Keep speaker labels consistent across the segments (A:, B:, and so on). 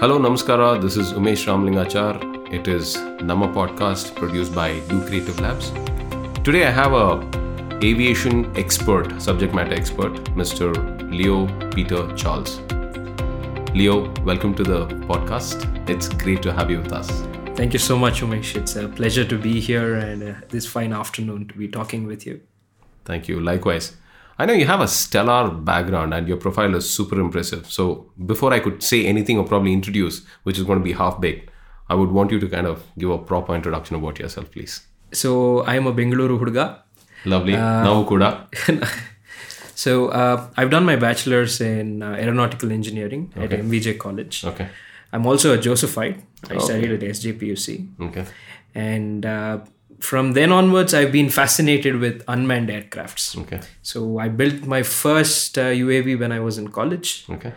A: Hello, Namaskara. This is Umesh Ramlingachar. It is Nama podcast produced by Do Creative Labs. Today I have a aviation expert, subject matter expert, Mr. Leo Peter Charles. Leo, welcome to the podcast. It's great to have you with us.
B: Thank you so much, Umesh. It's a pleasure to be here and uh, this fine afternoon to be talking with you.
A: Thank you. Likewise. I know you have a stellar background and your profile is super impressive. So, before I could say anything or probably introduce, which is going to be half baked, I would want you to kind of give a proper introduction about yourself, please.
B: So, I am a Bengaluru hudga.
A: Lovely.
B: Uh,
A: now, Kuda.
B: So, uh, I've done my bachelor's in uh, aeronautical engineering
A: Okay.
B: at MVJ College.
A: Okay.
B: I'm also a Josephite. I
A: Okay.
B: studied at SJPUC.
A: Okay.
B: And uh, from then onwards, I've been fascinated with unmanned aircrafts.
A: Okay.
B: So, I built my first uh, UAV when I was in college.
A: Okay.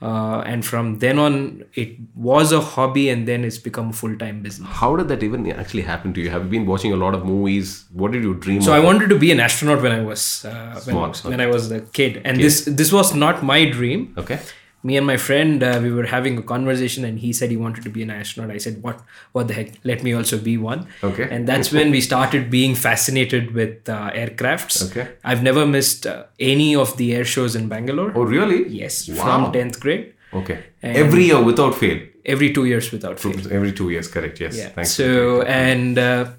B: Uh, and from then on, it was a hobby and then it's become a full time business.
A: How did that even actually happen to you? Have you been watching a lot of movies? What did you dream
B: So I
A: of?
B: wanted to be an astronaut when I was uh, when,
A: Smart,
B: when I was a kid, and this this was not my dream.
A: okay.
B: Me and my friend, uh, we were having a conversation, and he said he wanted to be an astronaut. I said, "What? What the heck? Let me also be one."
A: Okay.
B: And that's when we started being fascinated with uh, aircrafts.
A: Okay.
B: I've never missed uh, any of the air shows in Bangalore.
A: Oh, really?
B: Yes,
A: Wow.
B: from tenth grade,
A: Okay. Every year without fail.
B: every two years without fail.
A: Every two years, correct. Yes.
B: Yeah.
A: Thanks.
B: so and uh,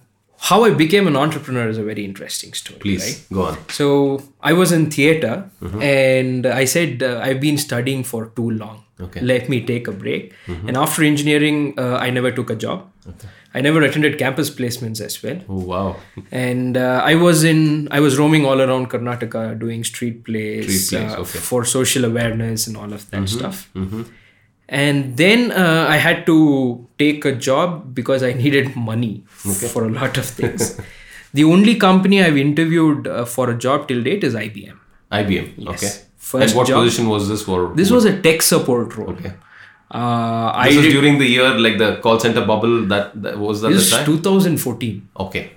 B: how I became an entrepreneur is a very interesting story.
A: Please Mm-hmm.
B: right?
A: go on.
B: So I was in theater and I said, uh, I've been studying for too long.
A: Okay. Mm-hmm.
B: Let me take a break. And after engineering, uh, I never took a job. I never attended campus placements as well.
A: Oh, wow.
B: And uh, I was in, I was roaming all around Karnataka doing street plays,
A: Street plays, okay.
B: uh,
A: Mm-hmm,
B: for social awareness and all of that stuff. And then uh, I had to take a job because I needed money for a lot of things. the only company I've interviewed uh, for a job till date is IBM.
A: IBM.
B: Yes.
A: Okay.
B: First
A: and what
B: job-
A: position was this for?
B: This was a tech support role. Okay. Uh,
A: Mm.
B: I
A: This was
B: did,
A: during the year like the call center bubble that, that was that
B: this
A: the time.
B: was 2014.
A: Okay.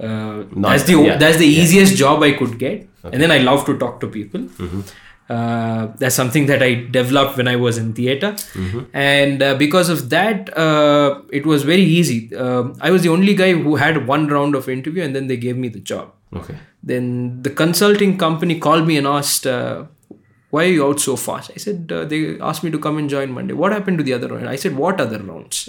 B: Uh,
A: Not-
B: that's the
A: yeah,
B: that's the easiest job I could get, and then I love to talk to people.
A: Mm-hmm.
B: Uh, that's something that I developed when I was in theater,
A: Mm-hmm.
B: and uh, because of that, uh, it was very easy. Uh, I was the only guy who had one round of interview, and then they gave me the job.
A: Okay.
B: Then the consulting company called me and asked, uh, "Why are you out so fast?" I said, uh, "They asked me to come and join Monday." What happened to the other round? I said, "What other rounds?"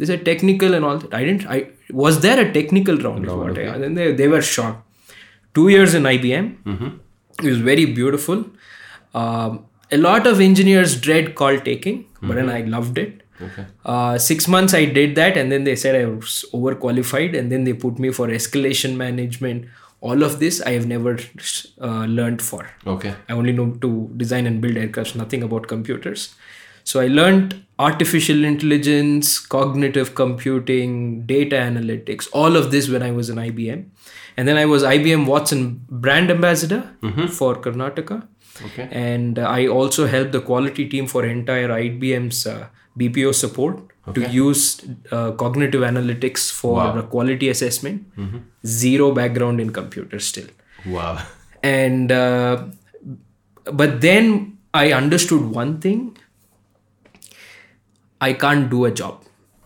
B: they said technical and all that. I didn't. I was there a technical round. is what I- and then they they were shocked. Two years in IBM. It was very beautiful. Um, a lot of engineers dread call taking, but then I loved it.
A: Okay.
B: Uh, six months I did that, and then they said I was overqualified, and then they put me for escalation management. All of this I have never uh, learned for.
A: Okay.
B: I only know to design and build aircrafts, nothing about computers. So I learned artificial intelligence, cognitive computing, data analytics, all of this when I was in IBM. And then I was IBM Watson brand ambassador for Karnataka.
A: Okay.
B: And uh, I also helped the quality team for entire IBM's uh, BPO support to use uh, cognitive analytics for uh, quality assessment. Zero background in computers still
A: Wow.
B: and uh, but then i understood one thing i can't do a job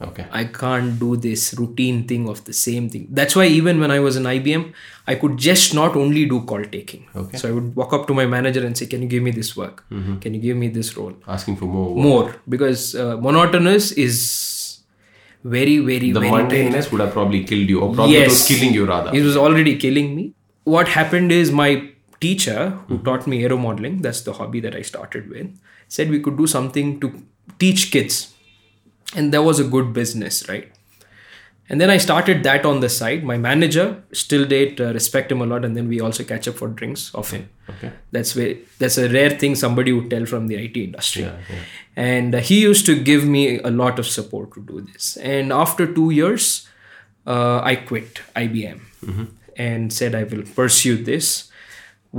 A: Okay.
B: i can't do this routine thing of the same thing that's why even when i was in ibm i could just not only do call taking
A: Okay.
B: so i would walk up to my manager and say can you give me this work can you give me this role
A: Asking for more. work.
B: more because uh, monotonous is very very
A: The
B: very
A: mundaneness would have probably killed you, or probably it was killing you rather.
B: it was already killing me. What happened is my teacher,
A: Hmm.
B: who taught me aero modeling, that's the hobby that I started with, said we could do something to teach kids. And that was a good business, right? And then I started that on the side. My manager, still date, uh, respect him a lot. And then we also catch up for drinks often.
A: Okay.
B: That's where that's a rare thing somebody would tell from the IT industry. And uh, he used to give me a lot of support to do this. And after two years, uh, I quit IBM and said I will pursue this.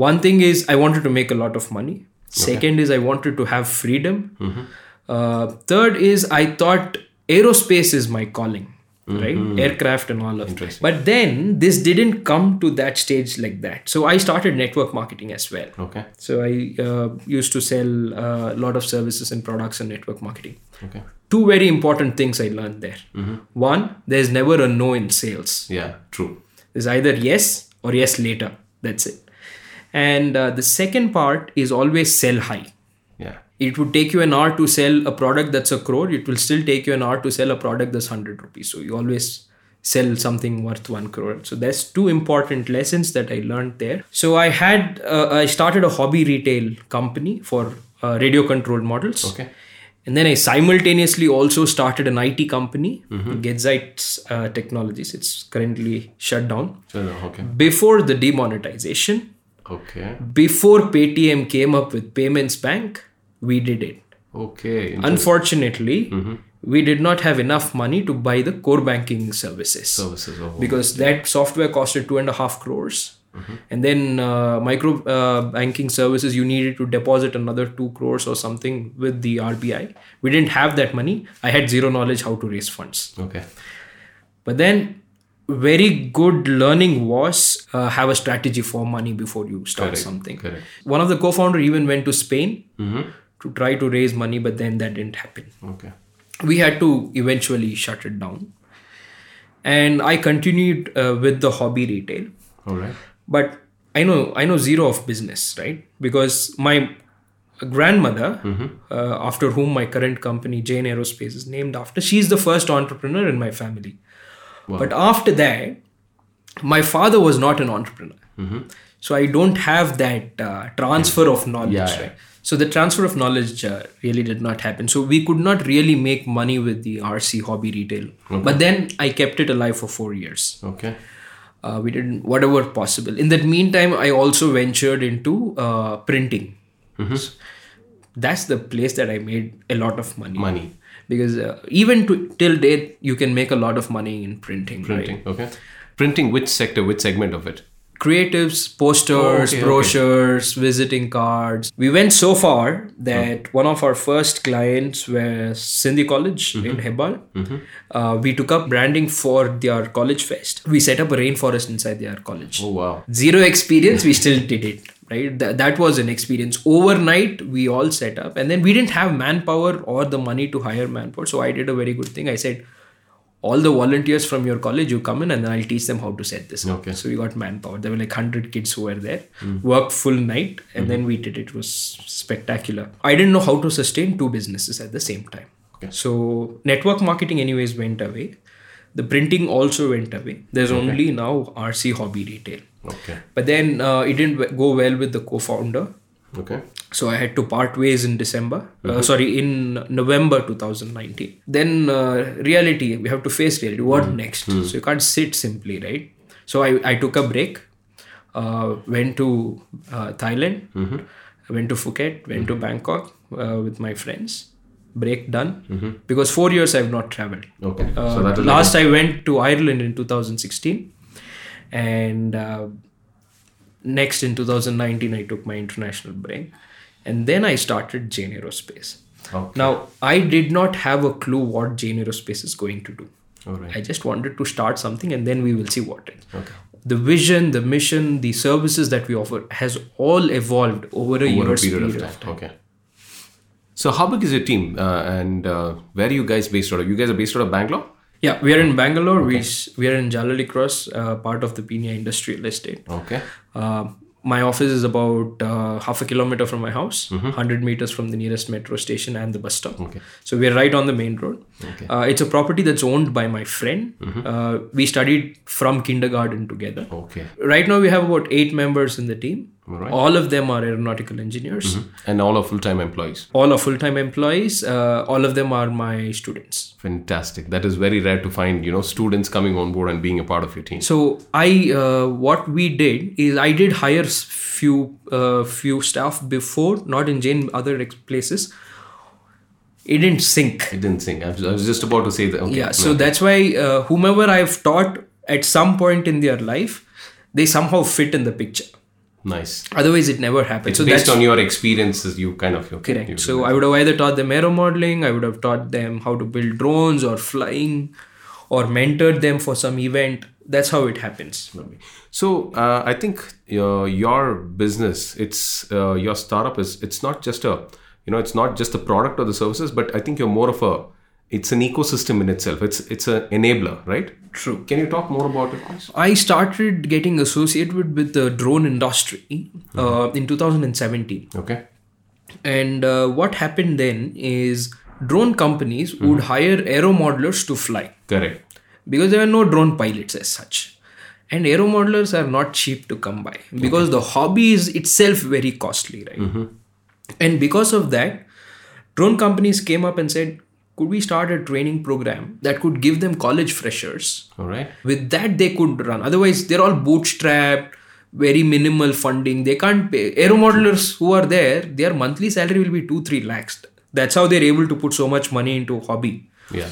B: One thing is I wanted to make a lot of money. Second is I wanted to have freedom. Uh, third is I thought aerospace is my calling, right? Aircraft and all of that. But then this didn't come to that stage like that. So I started network marketing as well.
A: Okay.
B: So I uh, used to sell uh, a lot of services and products and network marketing.
A: Okay.
B: two very important things I learned there. One, there's never a no in sales.
A: Yeah, true.
B: There's either yes or yes later. That's it. And uh, the second part is always sell high.
A: Yeah.
B: It would take you an hour to sell a product that's a crore. It will still take you an hour to sell a product that's 100 rupees. So you always sell something worth 1 crore. So that's two important lessons that I learned there. So I had, uh, I started a hobby retail company for uh, radio controlled models.
A: Okay.
B: And then I simultaneously also started an IT company, Gedzite uh, Technologies. It's currently shut down.
A: So, okay.
B: Before the demonetization,
A: Okay.
B: before Paytm came up with Payments Bank, we did it.
A: Okay.
B: Unfortunately, we did not have enough money to buy the core banking services
A: Services. Oh,
B: because that software costed two and a half crores. And then uh, micro uh, banking services, you needed to deposit another two crores or something with the RBI. We didn't have that money. I had zero knowledge how to raise funds.
A: okay.
B: But then, very good learning was uh, have a strategy for money before you start something.
A: Correct.
B: One of the co-founder even went to Spain to try to raise money, but then that didn't happen
A: Mm-hmm. Okay.
B: we had to eventually shut it down and i continued uh, with the hobby retail
A: All right.
B: but i know i know zero of business right because my grandmother
A: Mm-hmm.
B: uh, after whom my current company jane aerospace is named after she's the first entrepreneur in my family but after that my father was not an entrepreneur so i don't have that uh, transfer of knowledge
A: Mm-hmm. Yeah, yeah.
B: right so the transfer of knowledge uh, really did not happen so we could not really make money with the rc hobby retail but then i kept it alive for 4 years
A: Okay.
B: uh, we did whatever possible in that meantime i also ventured into uh, printing
A: Mm-hmm.
B: that's the place that i made a lot of money
A: Money.
B: because uh, even to, till date you can make a lot of money in printing, right?
A: Printing. Okay. Printing. Which sector? Which segment of it?
B: creatives posters
A: Oh, okay.
B: brochures visiting cards we went so far that
A: Oh.
B: one of our first clients was sindhi college
A: Mm-hmm.
B: in hebbal uh, we took up branding for their college fest we set up a rainforest inside their college
A: Oh wow.
B: zero experience we still did it right Th- that was an experience overnight we all set up and then we didn't have manpower or the money to hire manpower so i did a very good thing i said all the volunteers from your college you come in and then i'll teach them how to set this up
A: Okay. Hmm.
B: so we got manpower there were like 100 kids who were there worked full night and then we did it. it was spectacular i didn't know how to sustain two businesses at the same time
A: Okay.
B: so network marketing anyways went away the printing also went away there's only now rc hobby retail
A: Okay.
B: but then uh, it didn't w- go well with the co-founder
A: Okay.
B: so i had to part ways in december uh, sorry in november 2019 then uh, reality we have to face reality what next so you can't sit simply right so i, I took a break uh, went to uh, thailand I went to phuket went to bangkok uh, with my friends break done because four years i've not traveled
A: Okay.
B: uh,
A: so that is
B: last I went to Ireland in 2016, and uh, next in 2019 I took my international break, and then I started Jane Aerospace.
A: Okay.
B: Now I did not have a clue what Jane Aerospace is going to do.
A: All right.
B: I just wanted to start something, and then we will see what it.
A: Okay.
B: The vision, the mission, the services that we offer has all evolved over a
A: Over a
B: year's
A: period of time. Okay. So how big is your team, uh, and uh, where are you guys based out of? You guys are based out of Bangalore.
B: Yeah, we are in Bangalore. We s- we are in Jalali Cross, uh, part of the Pina Industrial Estate.
A: Okay.
B: Uh, my office is about uh, half a kilometer from my house, 100 meters from the nearest metro station and the bus stop.
A: Mm-hmm. Okay.
B: So we're right on the main road.
A: Okay. Mm-hmm.
B: Uh, it's a property that's owned by my friend. Uh, we studied from kindergarten together.
A: Okay.
B: Right now, we have about eight members in the team.
A: All right. Mm-hmm.
B: All of them are aeronautical engineers.
A: And all are full-time employees.
B: All are full time employees. Uh, all of them are my students.
A: Fantastic. That is very rare to find. You know, students coming on board and being a part of your team.
B: So I, uh, what we did is I did hire s- few uh, few staff before, not in Jane, other ex- places. It didn't sink.
A: I didn't think. I was, I was just about to say that. Okay.
B: Yeah, so that's why uh, whomever I've taught at some point in their life, they somehow fit in the picture.
A: Nice.
B: Otherwise, it never happened. so
A: Based
B: that's
A: on your experiences, you kind of okay.
B: correct. So I would have either taught them aero modeling, I would have taught them how to build drones or flying, or mentored them for some event. That's how it happens.
A: So uh, I think uh, your business, it's uh, your startup is it's not just a you know it's not just the product or the services, but I think you're more of a it's an ecosystem in itself. It's it's an enabler, right?
B: True.
A: Can you talk more about it? please?
B: I started getting associated with, with the drone industry uh, in 2017.
A: Okay.
B: And uh, what happened then is drone companies would hire aero modelers to fly
A: Correct.
B: because there were no drone pilots as such. And aero modelers are not cheap to come by because the hobby is itself very costly, right? And because of that, drone companies came up and said, could we start a training program that could give them college freshers
A: All right.
B: with that they could run otherwise they're all bootstrapped very minimal funding they can't pay aero modelers who are there their monthly salary will be 2 3 lakhs that's how they're able to put so much money into hobby
A: Yeah.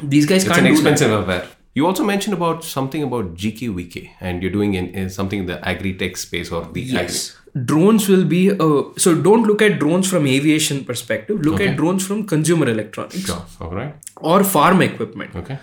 B: these guys
A: It's
B: can't
A: an
B: do that
A: expensive affair. You also mentioned about something about GKVK, and you're doing in, in something in the agri-tech space or the yes.
B: drones will be uh, so don't look at drones from aviation perspective look at drones from consumer electronics
A: Sure. All right.
B: or farm equipment
A: Okay.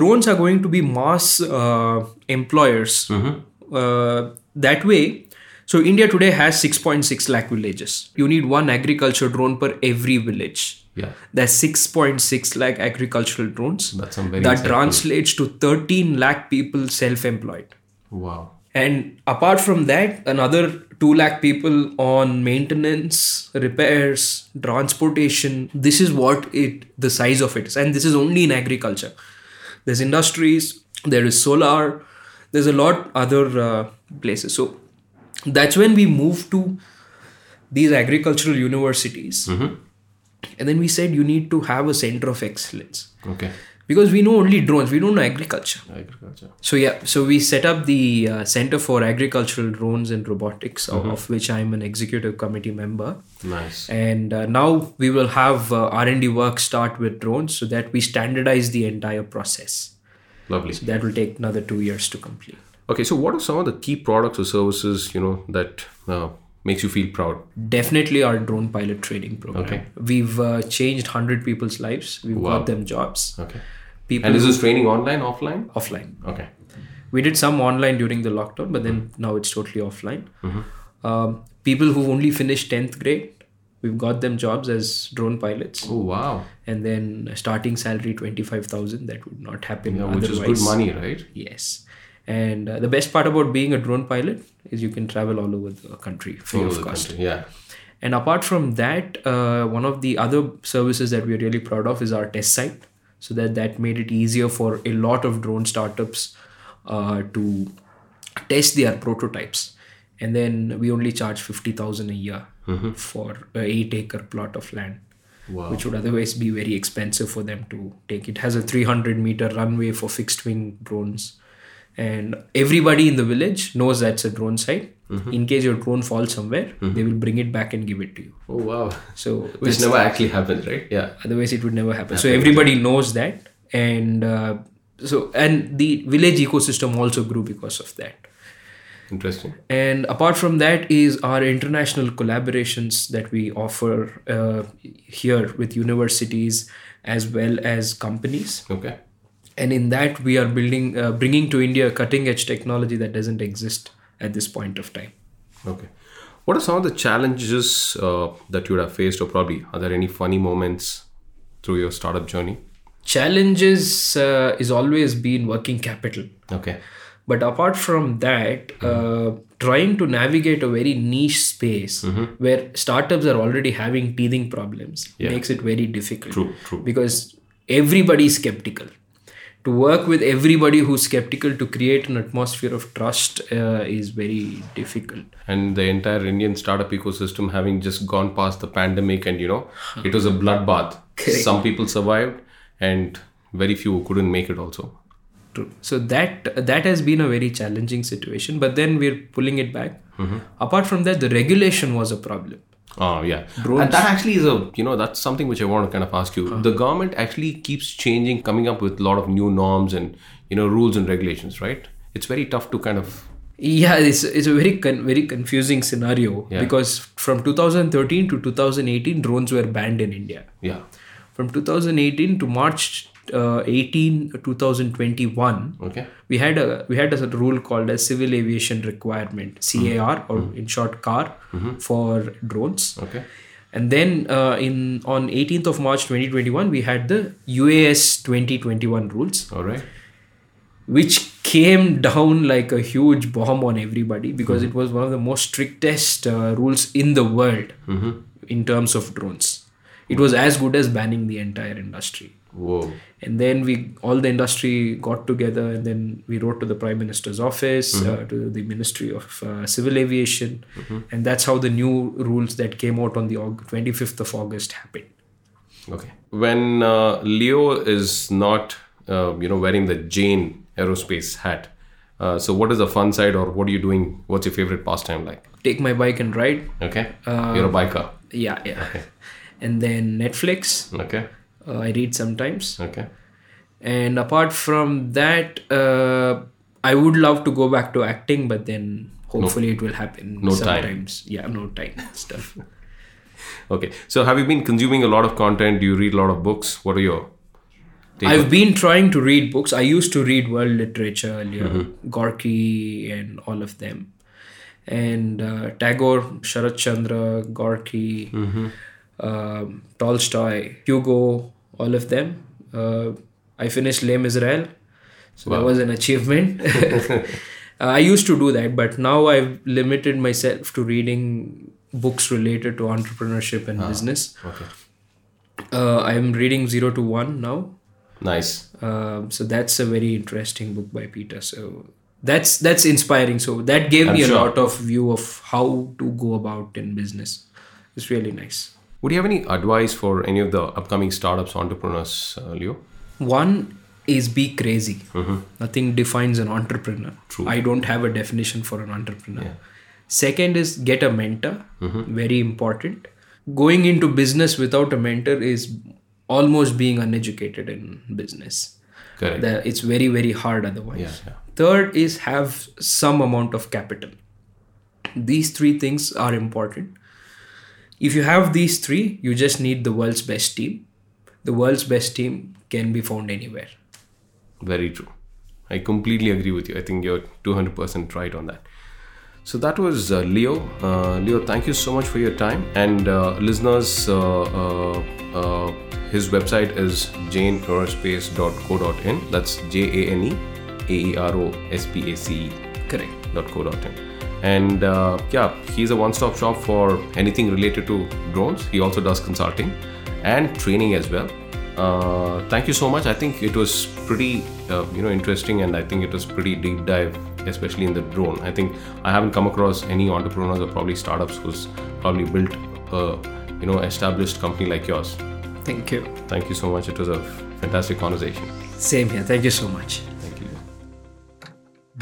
B: drones are going to be mass uh, employers
A: Mm-hmm.
B: uh, that way so india today has 6.6 lakh villages you need one agriculture drone per every village
A: Yeah.
B: that's 6.6 lakh agricultural drones
A: That's some very
B: that translates to 13 lakh people self-employed
A: wow.
B: and apart from that another 2 lakh people on maintenance repairs transportation this is what it the size of it is and this is only in agriculture there's industries there is solar there's a lot other uh, places so that's when we move to these agricultural universities and then we said you need to have a center of excellence
A: Okay.
B: because we know only drones we don't know agriculture
A: Agriculture.
B: so yeah, so we set up the uh, Center for Agricultural Drones and Robotics,
A: Mm-hmm.
B: of- of which I'm an executive committee member.
A: Nice.
B: And uh, now we will have uh, R&D work start with drones so that we standardize the entire process.
A: Lovely.
B: That will take another two years to complete.
A: Okay. So, what are some of the key products or services you know that uh, makes you feel proud?
B: Definitely our drone pilot training program.
A: Okay.
B: We've uh, changed 100 people's lives. We've
A: Wow.
B: got them jobs.
A: Okay.
B: People
A: And is this training online, offline?
B: offline.
A: Okay.
B: we did some online during the lockdown but then now it's totally offline
A: Mm-hmm.
B: um, people who only finished 10th grade we've got them jobs as drone pilots
A: Oh wow.
B: and then starting salary 25000 that would not happen
A: Yeah,
B: otherwise.
A: which is good money, right?
B: yes and uh, the best part about being a drone pilot is you can travel all over the country free
A: All over
B: of
A: the
B: cost
A: country, Yeah.
B: and apart from that, uh, one of the other services that we're really proud of is our test site. So that that made it easier for a lot of drone startups uh, to test their prototypes. And then we only charge fifty thousand a year for a eight-acre plot of land,
A: Wow.
B: which would otherwise be very expensive for them to take. It has a three hundred meter runway for fixed-wing drones, and everybody in the village knows that's a drone site. In case your drone falls somewhere, they will bring it back and give it to you.
A: Oh wow.
B: So
A: Which never actually happens, right? Yeah.
B: otherwise it would never happen. So everybody knows that, and uh, so and the village ecosystem also grew because of that.
A: Interesting.
B: And apart from that is our international collaborations that we offer uh, here with universities as well as companies.
A: Okay.
B: And in that we are building, uh, bringing to India cutting edge technology that doesn't exist at this point of time.
A: Okay. What are some of the challenges uh, that you would have faced, or probably are there any funny moments through your startup journey?
B: Challenges uh, is always been working capital.
A: Okay.
B: But apart from that, uh, trying to navigate a very niche space
A: Mm-hmm.
B: where startups are already having teething problems makes it very difficult.
A: True, true.
B: Because everybody is skeptical. To work with everybody who's skeptical to create an atmosphere of trust uh, is very difficult.
A: And the entire Indian startup ecosystem having just gone past the pandemic, and you know, it was a bloodbath. Some people survived, and very few couldn't make it. Also,
B: True. So that that has been a very challenging situation. But then we're pulling it back. Apart from that, the regulation was a problem.
A: Oh yeah, and that actually is a you know that's something which I want to kind of ask you. The government actually keeps changing, coming up with a lot of new norms and you know rules and regulations, right? It's very tough to kind of
B: Yeah, it's, it's a very con- very confusing scenario because from 2013 to 2018, drones were banned in India.
A: yeah.
B: From 2018 to March uh, 18, 2021,
A: Okay,
B: we had a we had a rule called as Civil Aviation Requirement (CAR) or in short CAR for drones.
A: okay,
B: And then uh, in on 18th of March 2021, we had the UAS 2021 rules,
A: All right.
B: which came down like a huge bomb on everybody because it was one of the most strictest uh, rules in the world in terms of drones. It was as good as banning the entire industry
A: Whoa.
B: and then we all the industry got together and then we wrote to the prime minister's office
A: Mm-hmm.
B: uh, to the ministry of uh, civil aviation and that's how the new rules that came out on the aug- 25th of august happened
A: Okay. When uh, Leo is not, uh, you know, wearing the Jane Aerospace hat, uh, so what is the fun side, or what are you doing? What's your favorite pastime like?
B: take my bike and ride
A: Okay. You're a biker.
B: yeah yeah and then netflix
A: Okay.
B: uh, i read sometimes
A: Okay.
B: and apart from that uh, i would love to go back to acting but then hopefully it will happen
A: No time.
B: sometimes yeah no time stuff
A: Okay. So have you been consuming a lot of content? Do you read a lot of books? What are your take
B: I've been trying to read books. I used to read world literature earlier, Gorky and all of them. And uh, Tagore, Sharad Chandra, Gorky, um, Tolstoy, Hugo, all of them. Uh, I finished Les Miserables. So that was an achievement. Uh, I used to do that, but now I've limited myself to reading books related to entrepreneurship and business.
A: Okay.
B: Uh, I'm reading Zero to One now.
A: Nice.
B: Um, so that's a very interesting book by Peter. So that's that's inspiring. So that gave me
A: sure.
B: a lot of view of how to go about in business. It's really nice.
A: Would you have any advice for any of the upcoming startups, entrepreneurs, uh, Leo?
B: One is be crazy. Nothing defines an entrepreneur. True. I don't have a definition for an entrepreneur. Second is get a mentor. Very important. Going into business without a mentor is almost being uneducated in business.
A: Correct.
B: That it's very very hard otherwise.
A: Yeah, yeah.
B: Third is have some amount of capital. These three things are important. If you have these three, you just need the world's best team. The world's best team can be found anywhere.
A: Very true. I completely agree with you. I think you're 200% right on that. So that was uh, Leo. Uh, Leo, thank you so much for your time. And uh, listeners, uh, uh, uh, his website is janeaerospace.co.in. That's J A N E A E R O S P A C E
B: Correct.
A: www.co.in. And uh, yeah, he's a one stop shop for anything related to drones. He also does consulting and training as well. Uh, thank you so much. I think it was pretty, uh, you know, interesting, and I think it was pretty deep dive, especially in the drone. I think I haven't come across any entrepreneurs or probably startups who's probably built a, you know, established company like yours.
B: Thank you.
A: Thank you so much. It was a fantastic conversation.
B: Same here. Thank you so much.
A: Thank you.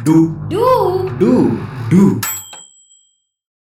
C: Do.
D: Do.
C: Do. Do.